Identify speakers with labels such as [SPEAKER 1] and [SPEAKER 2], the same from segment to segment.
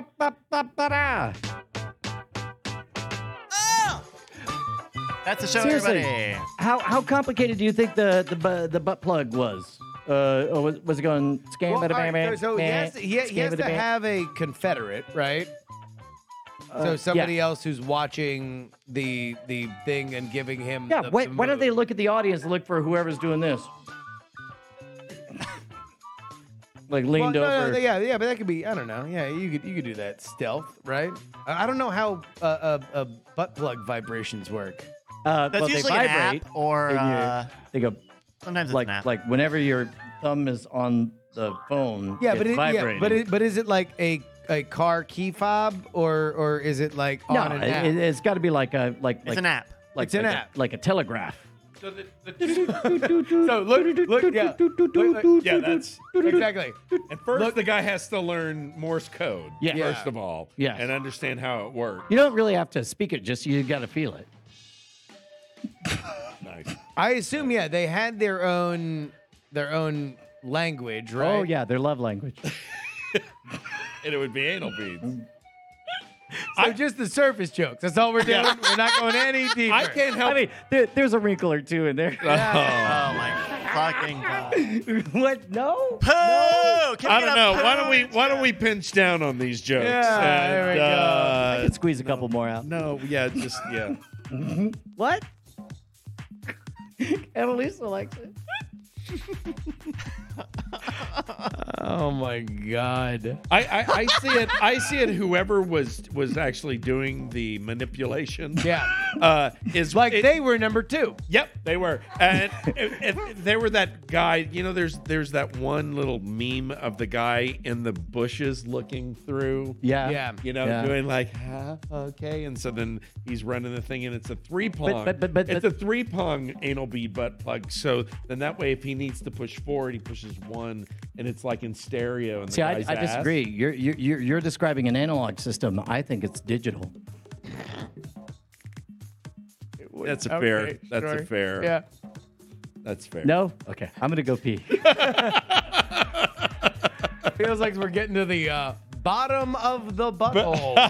[SPEAKER 1] Ra-pa-pa-pa-pa-pa-da.
[SPEAKER 2] Oh! That's the show,
[SPEAKER 1] Seriously.
[SPEAKER 2] everybody.
[SPEAKER 1] How how complicated do you think the the bu- the butt plug was? Uh, or was, was it going scam
[SPEAKER 3] Well,
[SPEAKER 1] bada
[SPEAKER 3] all
[SPEAKER 1] bam,
[SPEAKER 3] right,
[SPEAKER 1] bam,
[SPEAKER 3] so he has, to, he, he
[SPEAKER 1] scam
[SPEAKER 3] has
[SPEAKER 1] bada
[SPEAKER 3] to
[SPEAKER 1] bam?
[SPEAKER 3] have a Confederate, right?
[SPEAKER 1] Uh,
[SPEAKER 3] so somebody else who's watching the the thing and giving him.
[SPEAKER 1] Yeah,
[SPEAKER 3] the,
[SPEAKER 1] why,
[SPEAKER 3] the
[SPEAKER 1] why don't they
[SPEAKER 3] move.
[SPEAKER 1] look at the audience and look for whoever's doing this? like
[SPEAKER 3] Well,
[SPEAKER 1] leaned
[SPEAKER 3] no, no,
[SPEAKER 1] over.
[SPEAKER 3] yeah, yeah, but that could be. I don't know. Yeah, you could you could do that stealth, right? I, I don't know how uh, uh, uh, butt plug vibrations work.
[SPEAKER 1] uh,
[SPEAKER 2] That's
[SPEAKER 1] well, they
[SPEAKER 2] usually an
[SPEAKER 1] vibrate.
[SPEAKER 2] app or
[SPEAKER 1] and you-
[SPEAKER 2] uh,
[SPEAKER 1] They go
[SPEAKER 2] sometimes it's
[SPEAKER 1] like
[SPEAKER 2] an app.
[SPEAKER 1] like whenever your thumb is on the phone.
[SPEAKER 3] Yeah,
[SPEAKER 1] it's
[SPEAKER 3] but it, yeah,
[SPEAKER 1] vibrating.
[SPEAKER 3] but it, but is it like a a car key fob or or is it like
[SPEAKER 1] no,
[SPEAKER 3] on an app?
[SPEAKER 1] It, has got to be like a like
[SPEAKER 2] it's
[SPEAKER 1] like
[SPEAKER 2] an app.
[SPEAKER 1] like
[SPEAKER 3] It's an
[SPEAKER 1] like
[SPEAKER 3] app.
[SPEAKER 1] a, like a telegraph.
[SPEAKER 4] So the, the
[SPEAKER 3] so look, look, yeah, Look, look,
[SPEAKER 4] yeah, that's
[SPEAKER 3] exactly.
[SPEAKER 4] At first, the guy has to learn Morse code.
[SPEAKER 1] Yeah. Yeah.
[SPEAKER 4] First of all,
[SPEAKER 1] Yeah.
[SPEAKER 4] and understand how it works.
[SPEAKER 1] You don't really have to speak it; just you got to feel it.
[SPEAKER 4] Nice.
[SPEAKER 3] I assume yeah, they had their own their own language, right?
[SPEAKER 1] Oh yeah, their love language.
[SPEAKER 4] And it would be anal beads.
[SPEAKER 3] So just the surface jokes. That's all we're doing. We're not going any deeper.
[SPEAKER 4] I can't help.
[SPEAKER 1] I mean, there, there's a wrinkle or two in there.
[SPEAKER 2] Oh my fucking god.
[SPEAKER 1] what? No.
[SPEAKER 2] Poo! Oh, Can we
[SPEAKER 4] I
[SPEAKER 2] get
[SPEAKER 4] don't
[SPEAKER 2] a
[SPEAKER 4] know. Why don't we?
[SPEAKER 2] poo?
[SPEAKER 4] Why don't we pinch down on these jokes?
[SPEAKER 3] Yeah, there we
[SPEAKER 4] uh,
[SPEAKER 1] I could squeeze a couple more out.
[SPEAKER 4] No, yeah, just yeah.
[SPEAKER 1] What? Annalisa likes it.
[SPEAKER 3] Oh my god.
[SPEAKER 4] I, I, I see it. I see it. Whoever was was actually doing the manipulation.
[SPEAKER 3] Yeah.
[SPEAKER 4] Uh, is
[SPEAKER 3] Like
[SPEAKER 4] it-
[SPEAKER 3] they were number two.
[SPEAKER 4] Yep, they were, and if, if they were that guy. You know, there's there's that one little meme of the guy in the bushes looking through.
[SPEAKER 1] Yeah.
[SPEAKER 3] Yeah.
[SPEAKER 4] You know,
[SPEAKER 1] Yeah.
[SPEAKER 4] doing like huh, okay, and so then he's running the thing, and it's a three pong.
[SPEAKER 1] but- but- but-
[SPEAKER 4] it's
[SPEAKER 1] but-
[SPEAKER 4] a three pong anal bead butt plug. So then that way, if he needs to push forward, he pushes one, and it's like in stereo. And
[SPEAKER 1] See, I, I disagree. You're, you're you're you're describing an analog system. I think it's digital.
[SPEAKER 4] That's a
[SPEAKER 3] Okay,
[SPEAKER 4] fair. That's
[SPEAKER 3] sure.
[SPEAKER 4] a fair.
[SPEAKER 3] Yeah.
[SPEAKER 4] That's fair.
[SPEAKER 1] No. Okay. I'm gonna go pee.
[SPEAKER 3] Feels like we're getting to the uh, bottom of the butthole.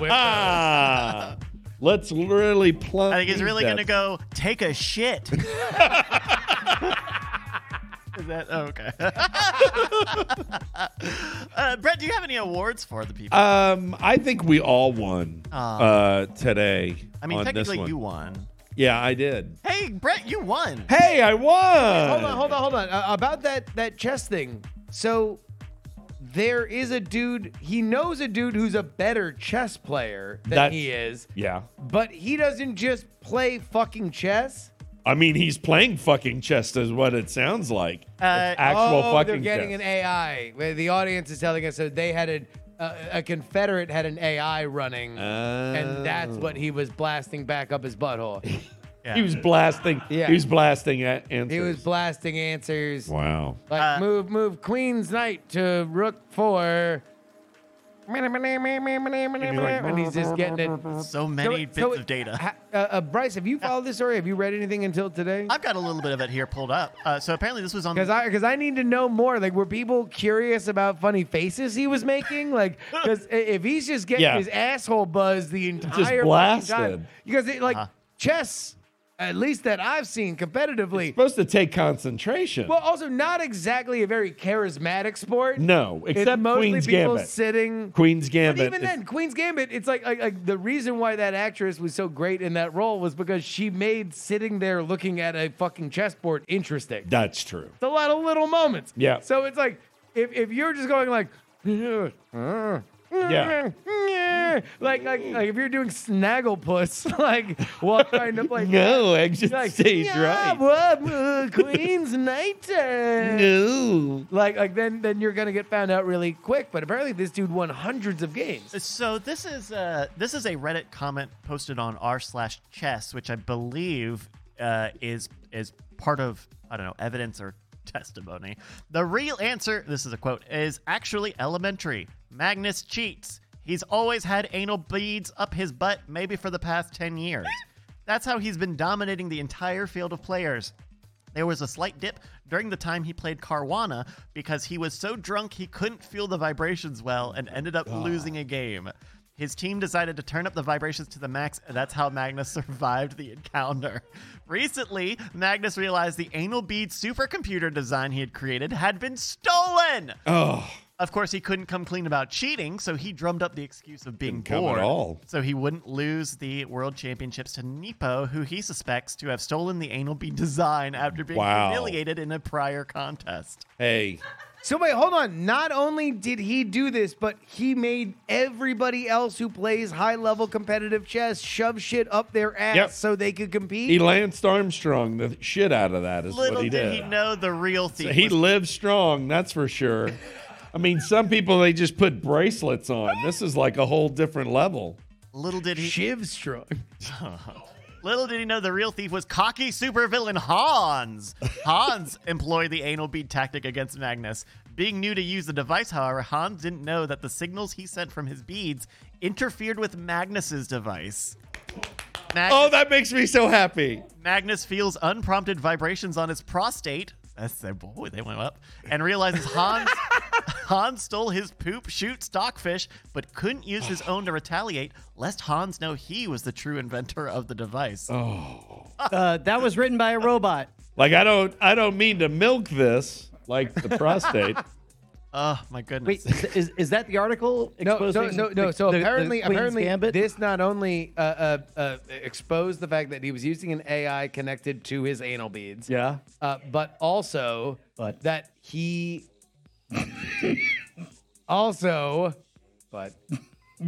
[SPEAKER 3] with the-
[SPEAKER 4] Ah, let's really plumb.
[SPEAKER 2] Oh, I think he's
[SPEAKER 4] these
[SPEAKER 2] really gonna
[SPEAKER 4] up.
[SPEAKER 2] go take a shit. Is that oh, okay? uh, Brett, do you have any awards for the people?
[SPEAKER 4] Um, I think we all won uh, today.
[SPEAKER 2] I mean,
[SPEAKER 4] on this
[SPEAKER 2] technically,
[SPEAKER 4] one.
[SPEAKER 2] you won.
[SPEAKER 4] Yeah, I did.
[SPEAKER 2] Hey, Brett, you won.
[SPEAKER 4] Hey, I won.
[SPEAKER 3] hold on, hold on, hold on. Uh, about that that chess thing. So there is a dude. He knows a dude who's a better chess player than
[SPEAKER 4] That's-
[SPEAKER 3] he is,
[SPEAKER 4] Yeah.
[SPEAKER 3] but he doesn't just play fucking chess.
[SPEAKER 4] I mean, he's playing fucking chess, is what it sounds like. It's
[SPEAKER 2] Uh,
[SPEAKER 4] actual
[SPEAKER 3] oh, they're
[SPEAKER 4] fucking
[SPEAKER 3] getting
[SPEAKER 4] chess.
[SPEAKER 3] an AI. Wait, The audience is telling us that they had a uh, a Confederate had an AI running,
[SPEAKER 4] Uh,
[SPEAKER 3] and that's what he was blasting back up his butthole.
[SPEAKER 2] Yeah.
[SPEAKER 4] He was blasting.
[SPEAKER 3] Yeah.
[SPEAKER 4] He was blasting at answers.
[SPEAKER 3] He was blasting answers
[SPEAKER 4] wow.
[SPEAKER 3] like
[SPEAKER 2] Uh,
[SPEAKER 3] move, move Queen's Knight to Rook Four. And he's just getting it.
[SPEAKER 2] so many
[SPEAKER 3] So-
[SPEAKER 2] bits
[SPEAKER 3] so
[SPEAKER 2] of
[SPEAKER 3] it-
[SPEAKER 2] data.
[SPEAKER 3] ha- Uh, uh, Bryce, have you followed this story? Have you read anything until today?
[SPEAKER 2] I've got a little bit of it here pulled up. Uh, so apparently, this was on.
[SPEAKER 3] Because I because I need to know more. Like, were people curious about funny faces he was making? Like, because if he's just getting
[SPEAKER 4] Yeah.
[SPEAKER 3] his asshole buzzed the entire fucking
[SPEAKER 4] blasted.
[SPEAKER 3] time, because it, like
[SPEAKER 2] Uh-huh.
[SPEAKER 3] chess, at least that I've seen competitively.
[SPEAKER 4] supposed to take concentration.
[SPEAKER 3] Well, also not exactly a very charismatic sport.
[SPEAKER 4] no,
[SPEAKER 3] It's
[SPEAKER 4] except
[SPEAKER 3] mostly
[SPEAKER 4] Queen's
[SPEAKER 3] people
[SPEAKER 4] Gambit.
[SPEAKER 3] sitting.
[SPEAKER 4] Queen's
[SPEAKER 3] But
[SPEAKER 4] Gambit.
[SPEAKER 3] even
[SPEAKER 4] is-
[SPEAKER 3] then, Queen's Gambit, it's like, like like the reason why that actress was so great in that role was because she made sitting there looking at a fucking chessboard interesting.
[SPEAKER 4] that's true.
[SPEAKER 3] It's a lot of little moments.
[SPEAKER 4] Yeah.
[SPEAKER 3] So it's like if, if you're just going like
[SPEAKER 4] Yeah.
[SPEAKER 3] like like like if you're doing snagglepuss like while trying to play
[SPEAKER 4] No, exit
[SPEAKER 3] like
[SPEAKER 4] stage
[SPEAKER 3] yeah,
[SPEAKER 4] right.
[SPEAKER 3] well, uh, Queen's Knight. uh,"
[SPEAKER 4] No.
[SPEAKER 3] Like like then then you're gonna get found out really quick. But apparently this dude won hundreds of games.
[SPEAKER 2] So this is a this is a Reddit comment posted on r slash chess, which I believe uh, is is part of I don't know evidence or testimony. The real answer, this is a quote, is actually elementary. Magnus cheats. He's always had anal beads up his butt, maybe for the past ten years. That's how he's been dominating the entire field of players. There was a slight dip during the time he played Carwana because he was so drunk he couldn't feel the vibrations well and ended up losing a game. His team decided to turn up the vibrations to the max, and that's how Magnus survived the encounter. Recently, Magnus realized the anal bead supercomputer design he had created had been stolen.
[SPEAKER 4] Oh,
[SPEAKER 2] Of course, he couldn't come clean about cheating, so he drummed up the excuse of being
[SPEAKER 4] Didn't come at
[SPEAKER 2] bored.
[SPEAKER 4] all.
[SPEAKER 2] So he wouldn't lose the world championships to Nepo, who he suspects to have stolen the anal bead design after being
[SPEAKER 4] Wow.
[SPEAKER 2] humiliated in a prior contest.
[SPEAKER 4] hey,
[SPEAKER 3] So wait, hold on. Not only did he do this, but he made everybody else who plays high level competitive chess shove shit up their ass
[SPEAKER 4] Yep.
[SPEAKER 3] so they could compete.
[SPEAKER 4] he lanced Armstrong the shit out of that. Is
[SPEAKER 2] Little
[SPEAKER 4] what he
[SPEAKER 2] did he know the real thief.
[SPEAKER 4] He
[SPEAKER 2] was-
[SPEAKER 4] lives strong, that's for sure. I mean, some people they just put bracelets on. This is like a whole different level.
[SPEAKER 2] little did he
[SPEAKER 3] Shiv strong.
[SPEAKER 2] Little did he know the real thief was cocky supervillain Hans. Hans employed the anal bead tactic against Magnus. Being new to use the device, however, Hans didn't know that the signals he sent from his beads interfered with Magnus's device. Mag-
[SPEAKER 4] Oh, that makes me so happy.
[SPEAKER 2] Magnus feels unprompted vibrations on his prostate. That's the boy, they went up. And realizes Hans Hans stole his poop shoot stockfish, but couldn't use his own to retaliate, lest Hans know he was the true inventor of the device.
[SPEAKER 1] Uh, that was written by a robot.
[SPEAKER 4] Like I don't I don't mean to milk this like the prostate.
[SPEAKER 2] Oh my goodness!
[SPEAKER 1] Wait, is, is that the article?
[SPEAKER 3] No, no,
[SPEAKER 1] exposing
[SPEAKER 3] no, no.
[SPEAKER 1] the-
[SPEAKER 3] So
[SPEAKER 1] the- the
[SPEAKER 3] apparently,
[SPEAKER 1] Queen's
[SPEAKER 3] apparently,
[SPEAKER 1] Gambit?
[SPEAKER 3] this not only uh, uh, uh, exposed the fact that he was using an AI connected to his anal beads,
[SPEAKER 1] yeah.
[SPEAKER 3] uh, but also
[SPEAKER 1] But.
[SPEAKER 3] that he also, but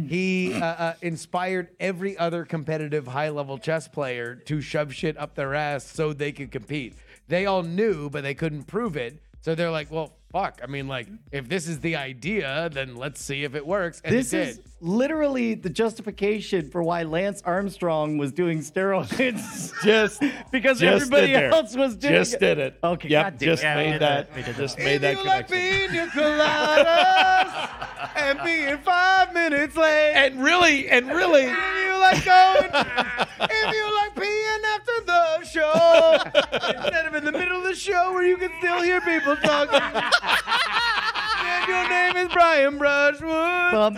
[SPEAKER 3] he uh, uh, inspired every other competitive high-level chess player to shove shit up their ass so they could compete. They all knew, but they couldn't prove it. So they're like, "Well, fuck. I mean, like, if this is the idea, then let's see if it works." And
[SPEAKER 1] This
[SPEAKER 3] it
[SPEAKER 1] is
[SPEAKER 3] did.
[SPEAKER 1] literally the justification for why Lance Armstrong was doing steroids.
[SPEAKER 4] Just
[SPEAKER 1] Because
[SPEAKER 4] just
[SPEAKER 1] everybody
[SPEAKER 4] did there.
[SPEAKER 1] else was doing
[SPEAKER 4] Just
[SPEAKER 1] it.
[SPEAKER 4] did it.
[SPEAKER 1] Okay,
[SPEAKER 4] Yep,
[SPEAKER 1] God damn it.
[SPEAKER 4] just
[SPEAKER 2] Yeah, we
[SPEAKER 4] made
[SPEAKER 2] did
[SPEAKER 4] that.
[SPEAKER 2] that. We did
[SPEAKER 4] just
[SPEAKER 2] that.
[SPEAKER 4] made that connection.
[SPEAKER 3] pina coladas and being five minutes late.
[SPEAKER 4] and really, and really,
[SPEAKER 3] If you like going, if you like peeing after the show, instead of in the middle of the show where you can still hear people talking. and your name is Brian Brushwood,
[SPEAKER 1] Bum,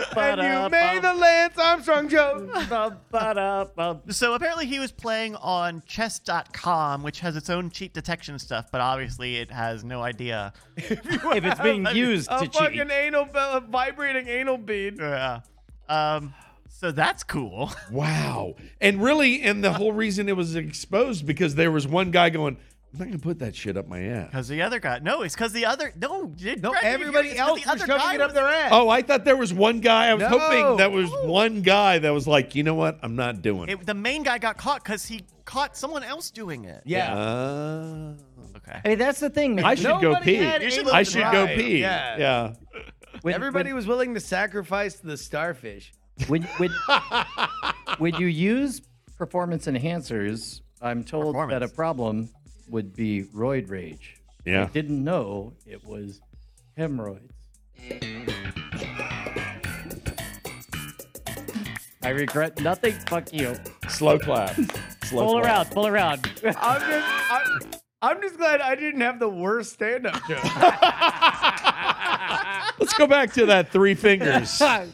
[SPEAKER 3] and
[SPEAKER 1] ba-da,
[SPEAKER 3] you made the
[SPEAKER 1] bum.
[SPEAKER 3] Lance Armstrong joke.
[SPEAKER 1] Bum, ba-da, bum.
[SPEAKER 2] So apparently he was playing on chess.com, which has its own cheat detection stuff, but obviously it has no idea.
[SPEAKER 1] if it's being used
[SPEAKER 3] A
[SPEAKER 1] to cheat.
[SPEAKER 3] fucking anal, be- a vibrating anal bead.
[SPEAKER 2] Yeah. Um, so that's cool.
[SPEAKER 4] wow. And really, and the whole reason it was exposed because there was one guy going, "I'm not gonna put that shit up my ass."
[SPEAKER 2] Because the other guy, no, it's because the other, no, did
[SPEAKER 3] No,
[SPEAKER 2] Brad, did you
[SPEAKER 3] everybody
[SPEAKER 2] hear this? 'Cause
[SPEAKER 3] else
[SPEAKER 2] the
[SPEAKER 3] was
[SPEAKER 2] other
[SPEAKER 3] shoving
[SPEAKER 2] guy
[SPEAKER 3] it up
[SPEAKER 2] was-
[SPEAKER 3] their ass.
[SPEAKER 4] Oh, I thought there was one guy. I was
[SPEAKER 3] No.
[SPEAKER 4] hoping that was one guy that was like, you know what? I'm not doing it.
[SPEAKER 2] It, the main guy got caught because he caught someone else doing it.
[SPEAKER 3] yeah.
[SPEAKER 4] Uh,
[SPEAKER 2] Okay.
[SPEAKER 1] I mean, that's the thing.
[SPEAKER 4] I should go
[SPEAKER 3] Nobody
[SPEAKER 4] pee.
[SPEAKER 3] had
[SPEAKER 2] You should
[SPEAKER 3] anal
[SPEAKER 4] I should go
[SPEAKER 3] drive.
[SPEAKER 4] pee.
[SPEAKER 3] Yeah.
[SPEAKER 4] yeah.
[SPEAKER 1] When-
[SPEAKER 3] Everybody was willing to sacrifice the starfish.
[SPEAKER 1] when, when, when you use performance enhancers, I'm told that a
[SPEAKER 2] Performance.
[SPEAKER 1] problem would be roid rage.
[SPEAKER 4] Yeah.
[SPEAKER 1] I didn't know it was hemorrhoids. I regret nothing. Fuck you.
[SPEAKER 4] Slow clap. Slow
[SPEAKER 1] Pull her
[SPEAKER 4] clap.
[SPEAKER 1] out. Pull her out.
[SPEAKER 3] I'm just, I'm, I'm just glad I didn't have the worst stand-up joke.
[SPEAKER 4] Let's go back to that three fingers.
[SPEAKER 1] Do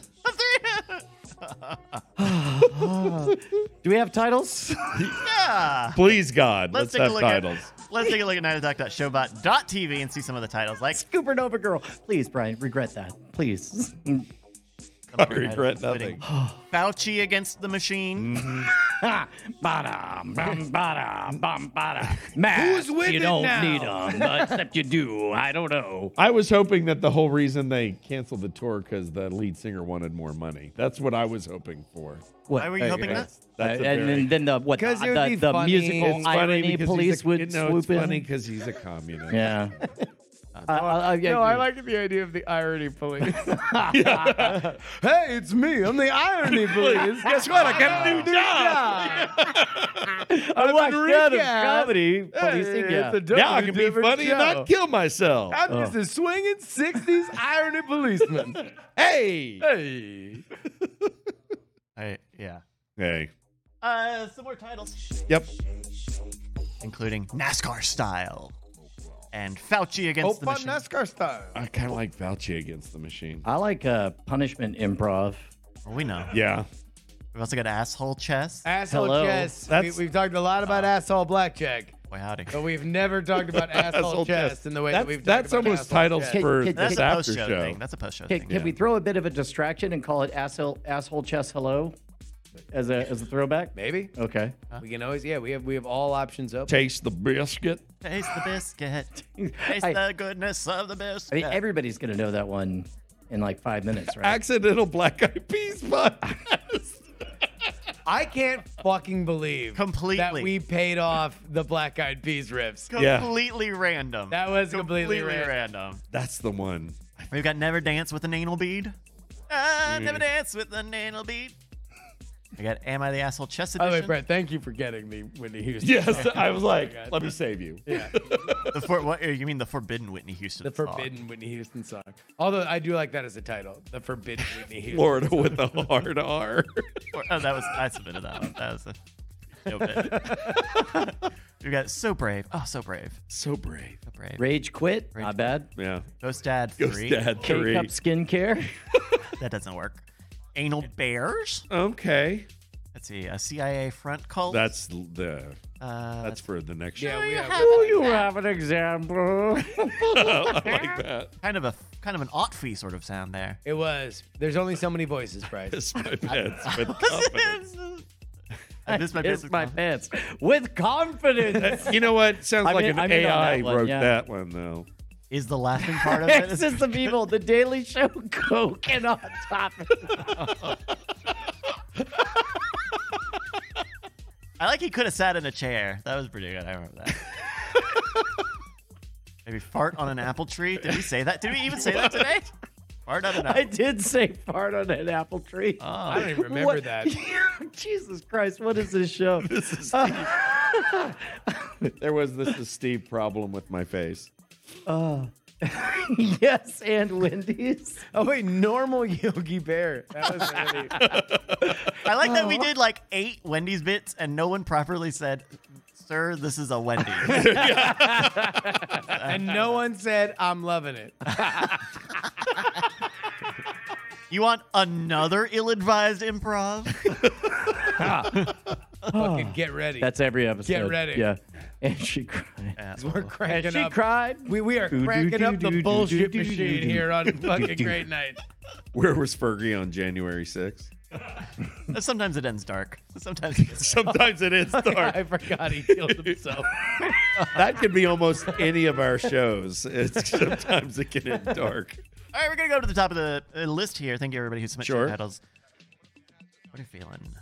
[SPEAKER 1] we have titles?
[SPEAKER 2] yeah.
[SPEAKER 4] Please, God.
[SPEAKER 2] Let's
[SPEAKER 4] Let's,
[SPEAKER 2] take a
[SPEAKER 4] have
[SPEAKER 2] look
[SPEAKER 4] titles.
[SPEAKER 2] at let's take a look at nightattack.showbot.tv and see some of the titles. Like
[SPEAKER 1] Scooper Nova Girl. Please, Brian. Regret that. Please.
[SPEAKER 4] I regret nothing. Mm.
[SPEAKER 2] Fauci against the machine.
[SPEAKER 1] Ha! Bada, bum, bada, bum, bada. Masks,
[SPEAKER 3] Who's with
[SPEAKER 1] you
[SPEAKER 3] it
[SPEAKER 1] don't
[SPEAKER 3] now?
[SPEAKER 1] need them, except you do. I don't know.
[SPEAKER 4] I was hoping that the whole reason they canceled the tour because the lead singer wanted more money. That's what I was hoping for.
[SPEAKER 1] What?
[SPEAKER 2] Why were you hoping that?
[SPEAKER 4] That's, that's
[SPEAKER 1] Uh, and
[SPEAKER 4] a very-
[SPEAKER 1] then, then the what? The,
[SPEAKER 3] 'Cause it would be
[SPEAKER 1] the, the
[SPEAKER 3] funny.
[SPEAKER 1] musical
[SPEAKER 4] It's funny
[SPEAKER 1] irony
[SPEAKER 4] because
[SPEAKER 1] police
[SPEAKER 4] he's a,
[SPEAKER 1] would
[SPEAKER 4] you know,
[SPEAKER 1] swoop
[SPEAKER 4] it's
[SPEAKER 1] in.
[SPEAKER 4] funny because he's a communist.
[SPEAKER 1] Yeah. Uh, I, I, I,
[SPEAKER 3] No, I like the idea of the irony police. hey, it's me. I'm the irony police.
[SPEAKER 4] Guess what? I got a new job.
[SPEAKER 1] I watched that as
[SPEAKER 3] recap.
[SPEAKER 1] comedy policing.
[SPEAKER 3] Hey,
[SPEAKER 1] yeah.
[SPEAKER 3] it's a totally
[SPEAKER 4] Now I can be
[SPEAKER 3] different
[SPEAKER 4] funny and
[SPEAKER 3] show.
[SPEAKER 4] not Oh. kill myself.
[SPEAKER 3] I'm just a swinging 60s irony policeman.
[SPEAKER 4] Hey.
[SPEAKER 3] hey.
[SPEAKER 2] I- yeah.
[SPEAKER 4] Hey.
[SPEAKER 2] Uh, some more titles.
[SPEAKER 4] Yep.
[SPEAKER 2] including NASCAR style and Fauci against the
[SPEAKER 3] Opa
[SPEAKER 2] machine.
[SPEAKER 3] NASCAR style.
[SPEAKER 4] I kind of like Fauci against the machine.
[SPEAKER 1] I like uh, punishment improv.
[SPEAKER 2] Well, we know.
[SPEAKER 4] Yeah.
[SPEAKER 2] We've also got asshole chess.
[SPEAKER 3] Asshole
[SPEAKER 1] Hello.
[SPEAKER 3] chess. We,
[SPEAKER 5] That's-
[SPEAKER 3] we've talked a lot about
[SPEAKER 4] Ah.
[SPEAKER 3] asshole blackjack,
[SPEAKER 2] Boy, howdy.
[SPEAKER 3] but we've never talked about asshole,
[SPEAKER 4] Asshole
[SPEAKER 3] chess,
[SPEAKER 4] chess.
[SPEAKER 3] in the way
[SPEAKER 4] That's,
[SPEAKER 3] that we've talked
[SPEAKER 4] that's
[SPEAKER 3] about
[SPEAKER 4] almost
[SPEAKER 3] asshole
[SPEAKER 4] titles
[SPEAKER 3] chess.
[SPEAKER 4] for
[SPEAKER 1] Can-
[SPEAKER 4] this
[SPEAKER 2] That's a
[SPEAKER 4] after
[SPEAKER 2] post show,
[SPEAKER 4] show.
[SPEAKER 2] thing. That's a post show
[SPEAKER 1] Can,
[SPEAKER 2] thing.
[SPEAKER 1] can we throw a bit of a distraction and call it asshole asshole chess hello as a as a throwback?
[SPEAKER 3] Maybe
[SPEAKER 4] Uh.
[SPEAKER 1] Okay.
[SPEAKER 3] we can always yeah we have we have all options open.
[SPEAKER 4] Taste the biscuit.
[SPEAKER 2] Taste the biscuit. Taste
[SPEAKER 1] I-
[SPEAKER 2] the goodness of the
[SPEAKER 1] I
[SPEAKER 2] biscuit.
[SPEAKER 1] mean, everybody's gonna know that one in like five minutes, right?
[SPEAKER 4] Accidental black eyed peas podcast.
[SPEAKER 3] I can't fucking believe
[SPEAKER 2] Completely.
[SPEAKER 3] that we paid off the Black Eyed Peas riffs.
[SPEAKER 4] Yeah.
[SPEAKER 2] completely random.
[SPEAKER 3] That was completely
[SPEAKER 2] random.
[SPEAKER 4] that's the one.
[SPEAKER 2] We've got never dance with an anal bead. I
[SPEAKER 3] Mm.
[SPEAKER 2] never dance with an anal bead. I got am I the asshole chess
[SPEAKER 3] By the way,
[SPEAKER 2] edition?
[SPEAKER 3] Brett, thank you for getting me Whitney Houston.
[SPEAKER 4] Yes, I was like,
[SPEAKER 3] God.
[SPEAKER 4] let me save you.
[SPEAKER 2] the for, what, you mean the forbidden Whitney Houston?
[SPEAKER 3] The
[SPEAKER 2] song.
[SPEAKER 3] Forbidden Whitney Houston song. Although I do like that as a title, The Forbidden Whitney Houston.
[SPEAKER 4] Florida with the hard R.
[SPEAKER 2] Or- oh, that was I submitted that one. That was a no bit. we got so brave. Oh, so brave.
[SPEAKER 4] so brave.
[SPEAKER 2] So brave.
[SPEAKER 1] Rage quit. Not bad.
[SPEAKER 4] Yeah.
[SPEAKER 2] Ghost Dad
[SPEAKER 4] Ghost
[SPEAKER 2] three.
[SPEAKER 4] Dad
[SPEAKER 1] K
[SPEAKER 4] 3.
[SPEAKER 1] cup skincare.
[SPEAKER 2] That doesn't work. Anal bears.
[SPEAKER 4] Okay.
[SPEAKER 2] Let's see. A CIA front cult.
[SPEAKER 4] That's the
[SPEAKER 2] uh,
[SPEAKER 4] that's for the next
[SPEAKER 3] Yeah,
[SPEAKER 4] show.
[SPEAKER 3] we have.
[SPEAKER 1] Do you have an example?
[SPEAKER 4] I like that.
[SPEAKER 2] kind of a kind of an Otfi sort of sound there.
[SPEAKER 3] It was. There's only so many voices, Bryce.
[SPEAKER 4] Piss my pants with confidence.
[SPEAKER 2] Uh, this is my
[SPEAKER 1] It's
[SPEAKER 2] business.
[SPEAKER 1] my pants with confidence.
[SPEAKER 4] You know what? Sounds
[SPEAKER 1] I'm
[SPEAKER 4] like
[SPEAKER 1] in-
[SPEAKER 4] an
[SPEAKER 1] I'm in on
[SPEAKER 4] AI
[SPEAKER 1] that one,
[SPEAKER 4] wrote
[SPEAKER 1] yeah.
[SPEAKER 4] that one though.
[SPEAKER 2] Is the laughing part of it?
[SPEAKER 1] Excess of evil. The Daily Show coke and on top.
[SPEAKER 2] I like he could have sat in a chair. That was pretty good. I remember that. Maybe fart on an apple tree. Did we say that? Did we even say that today? Fart on an
[SPEAKER 1] I
[SPEAKER 2] apple.
[SPEAKER 1] did say fart on an apple tree.
[SPEAKER 3] I don't even remember
[SPEAKER 1] What-
[SPEAKER 3] that.
[SPEAKER 1] Jesus Christ, what is this show? Uh,
[SPEAKER 4] There was this is Steve problem with my face.
[SPEAKER 1] yes, and Wendy's.
[SPEAKER 3] Oh wait, normal Yogi Bear. That was really.
[SPEAKER 2] I like that we did like eight Wendy's bits and no one properly said, "Sir, this is a Wendy."
[SPEAKER 3] and no one said I'm loving it.
[SPEAKER 2] you want another ill-advised improv?
[SPEAKER 3] Fucking get ready.
[SPEAKER 1] That's every episode.
[SPEAKER 3] Get ready.
[SPEAKER 1] Yeah. And she cried.
[SPEAKER 2] Yeah.
[SPEAKER 3] we're cranking
[SPEAKER 1] She
[SPEAKER 3] up.
[SPEAKER 1] cried.
[SPEAKER 3] we we are
[SPEAKER 1] do,
[SPEAKER 3] cranking
[SPEAKER 1] do,
[SPEAKER 3] up
[SPEAKER 1] do,
[SPEAKER 3] the
[SPEAKER 1] do,
[SPEAKER 3] bullshit
[SPEAKER 1] do, do, do,
[SPEAKER 3] machine
[SPEAKER 1] do.
[SPEAKER 3] here on fucking great night.
[SPEAKER 4] Where was Fergie on January 6th?
[SPEAKER 2] Sometimes it ends dark. Sometimes it gets
[SPEAKER 4] Sometimes it is dark.
[SPEAKER 3] I forgot he killed himself.
[SPEAKER 4] that could be almost any of our shows. It's sometimes it can end dark.
[SPEAKER 2] All right, we're gonna go to the top of the uh, list here. Thank you everybody who submitted
[SPEAKER 4] Sure.
[SPEAKER 2] your titles. What are you feeling?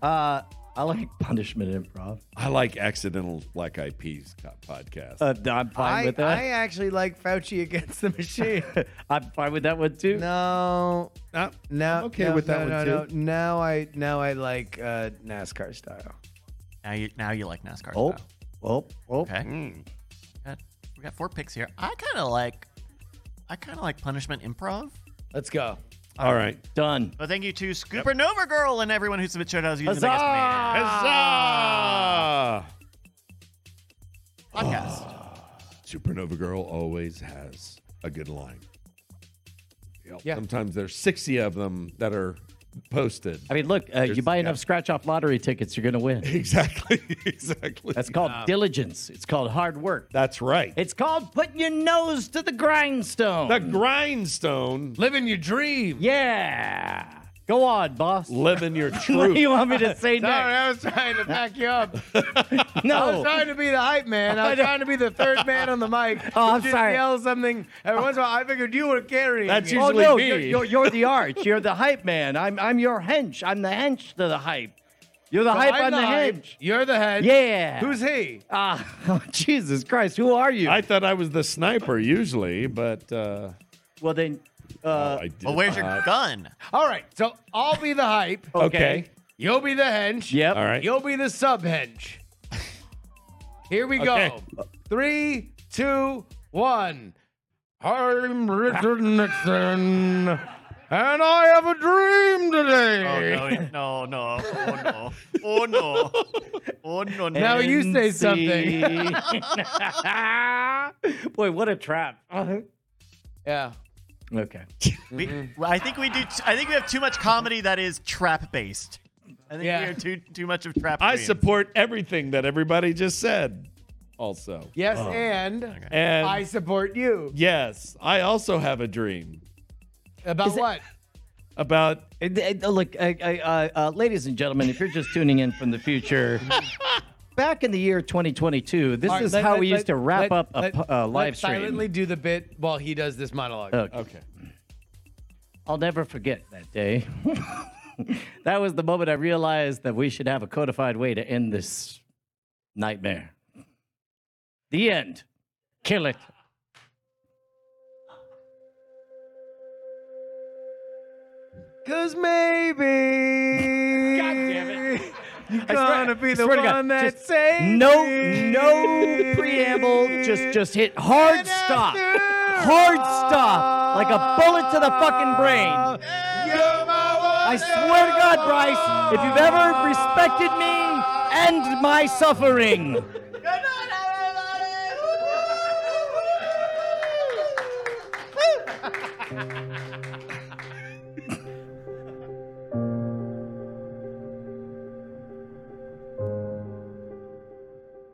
[SPEAKER 1] Uh, I like punishment improv.
[SPEAKER 4] I like accidental black eyed peas co- podcast.
[SPEAKER 1] Uh, I'm fine
[SPEAKER 3] I,
[SPEAKER 1] with that.
[SPEAKER 3] I actually like Fauci against the machine.
[SPEAKER 1] I'm fine with that one too.
[SPEAKER 3] no,
[SPEAKER 4] Uh,
[SPEAKER 3] no,
[SPEAKER 4] I'm okay
[SPEAKER 3] no,
[SPEAKER 4] with that
[SPEAKER 3] no,
[SPEAKER 4] one,
[SPEAKER 3] no,
[SPEAKER 4] too.
[SPEAKER 3] No. Now I now I like uh, NASCAR style.
[SPEAKER 2] Now you now you like NASCAR.
[SPEAKER 1] Oh,
[SPEAKER 2] style.
[SPEAKER 1] oh, oh.
[SPEAKER 2] okay.
[SPEAKER 3] Mm.
[SPEAKER 2] We, got, we got four picks here. I kind of like, I kind of like punishment improv.
[SPEAKER 3] Let's go.
[SPEAKER 4] all right.
[SPEAKER 1] Done.
[SPEAKER 2] But thank you to Scooper Nova Girl and everyone who submitted show titles using the biggest man
[SPEAKER 1] Huzzah!
[SPEAKER 4] Ah.
[SPEAKER 2] podcast.
[SPEAKER 4] Supernova Girl always has a good line.
[SPEAKER 3] Yeah.
[SPEAKER 4] Sometimes there's 60 of them that are posted.
[SPEAKER 1] I mean, look, uh, you buy
[SPEAKER 4] yeah.
[SPEAKER 1] enough scratch off lottery tickets, you're going to win.
[SPEAKER 4] Exactly. Exactly.
[SPEAKER 1] That's called diligence. It's called hard work.
[SPEAKER 4] That's right.
[SPEAKER 1] It's called putting your nose to the grindstone.
[SPEAKER 4] the grindstone.
[SPEAKER 3] Living your dream.
[SPEAKER 1] yeah. Go on, boss.
[SPEAKER 4] Living your
[SPEAKER 1] What do you
[SPEAKER 4] truth.
[SPEAKER 1] want me to say
[SPEAKER 3] Sorry,
[SPEAKER 1] next?
[SPEAKER 3] I was trying to back you up. I was
[SPEAKER 1] No.
[SPEAKER 3] trying to be the hype man. Oh. I was trying to be the third man on the mic.
[SPEAKER 1] Oh,
[SPEAKER 3] who
[SPEAKER 1] I'm
[SPEAKER 3] just
[SPEAKER 1] sorry.
[SPEAKER 3] Yell something. Every once in a while, I figured you were carrying.
[SPEAKER 4] That's
[SPEAKER 3] it.
[SPEAKER 1] Oh
[SPEAKER 4] usually
[SPEAKER 1] no,
[SPEAKER 4] me.
[SPEAKER 1] you're, you're, you're the arch. You're the hype man. I'm I'm your hench. I'm the hench to the hype. You're the
[SPEAKER 3] So
[SPEAKER 1] hype.
[SPEAKER 3] I'm
[SPEAKER 1] I'm the,
[SPEAKER 3] hype,
[SPEAKER 1] hench.
[SPEAKER 3] You're the head.
[SPEAKER 1] Yeah.
[SPEAKER 3] Who's he?
[SPEAKER 1] ah? Jesus Christ. Who are you?
[SPEAKER 4] I thought I was the sniper usually, but uh,
[SPEAKER 1] well then,
[SPEAKER 4] no,
[SPEAKER 1] uh,
[SPEAKER 4] I did
[SPEAKER 2] Well, where's your
[SPEAKER 4] not.
[SPEAKER 2] gun?
[SPEAKER 3] All right. So I'll be the hype.
[SPEAKER 4] Okay.
[SPEAKER 3] You'll be the hench.
[SPEAKER 1] Yep.
[SPEAKER 4] All right.
[SPEAKER 3] You'll be the sub hench. Here we
[SPEAKER 4] Okay.
[SPEAKER 3] go. Three, two, one. I'm Richard Nixon. And I have a dream
[SPEAKER 2] Oh,
[SPEAKER 3] today.
[SPEAKER 2] no, it- no, no. Oh, no. Oh, no. Oh, no. no.
[SPEAKER 3] Now you say something.
[SPEAKER 1] something. Boy, what a trap.
[SPEAKER 3] Uh-huh. Yeah.
[SPEAKER 1] Okay.
[SPEAKER 2] We, well, I think we do. T- I think we have too much comedy that is trap based. I think
[SPEAKER 3] Yeah.
[SPEAKER 2] we are too too much of trap.
[SPEAKER 4] I
[SPEAKER 2] queens.
[SPEAKER 4] support everything that everybody just said. Also,
[SPEAKER 3] Yes, and
[SPEAKER 4] and
[SPEAKER 3] I support you.
[SPEAKER 4] yes, I also have a dream
[SPEAKER 3] About
[SPEAKER 1] Is it-
[SPEAKER 3] what?
[SPEAKER 4] about
[SPEAKER 1] Uh, th- uh, Look, I, I, uh, uh, ladies and gentlemen, if you're just tuning in from the future, back in the year 2022, this
[SPEAKER 3] All right,
[SPEAKER 1] is
[SPEAKER 3] let-
[SPEAKER 1] how
[SPEAKER 3] let-
[SPEAKER 1] we used
[SPEAKER 3] let-
[SPEAKER 1] to wrap
[SPEAKER 3] let-
[SPEAKER 1] up a,
[SPEAKER 3] let-
[SPEAKER 1] pu- a
[SPEAKER 3] let
[SPEAKER 1] live stream. Oh.
[SPEAKER 3] Silently do the bit while he does this monologue.
[SPEAKER 1] Look,
[SPEAKER 4] okay.
[SPEAKER 1] I'll never forget that day. that was the moment I realized that we should have a codified way to end this nightmare. The end. Kill it.
[SPEAKER 3] Cause maybe. God damn it. You're gonna be the
[SPEAKER 1] swear to God,
[SPEAKER 3] one that
[SPEAKER 1] just
[SPEAKER 3] saves
[SPEAKER 1] No,
[SPEAKER 3] me.
[SPEAKER 1] no preamble. Just, just hit hard
[SPEAKER 3] And
[SPEAKER 1] stop.
[SPEAKER 3] after
[SPEAKER 1] Hard stop. Like a bullet to the fucking brain.
[SPEAKER 3] You're my
[SPEAKER 1] I swear to God, Bryce, if you've ever respected me, end my suffering.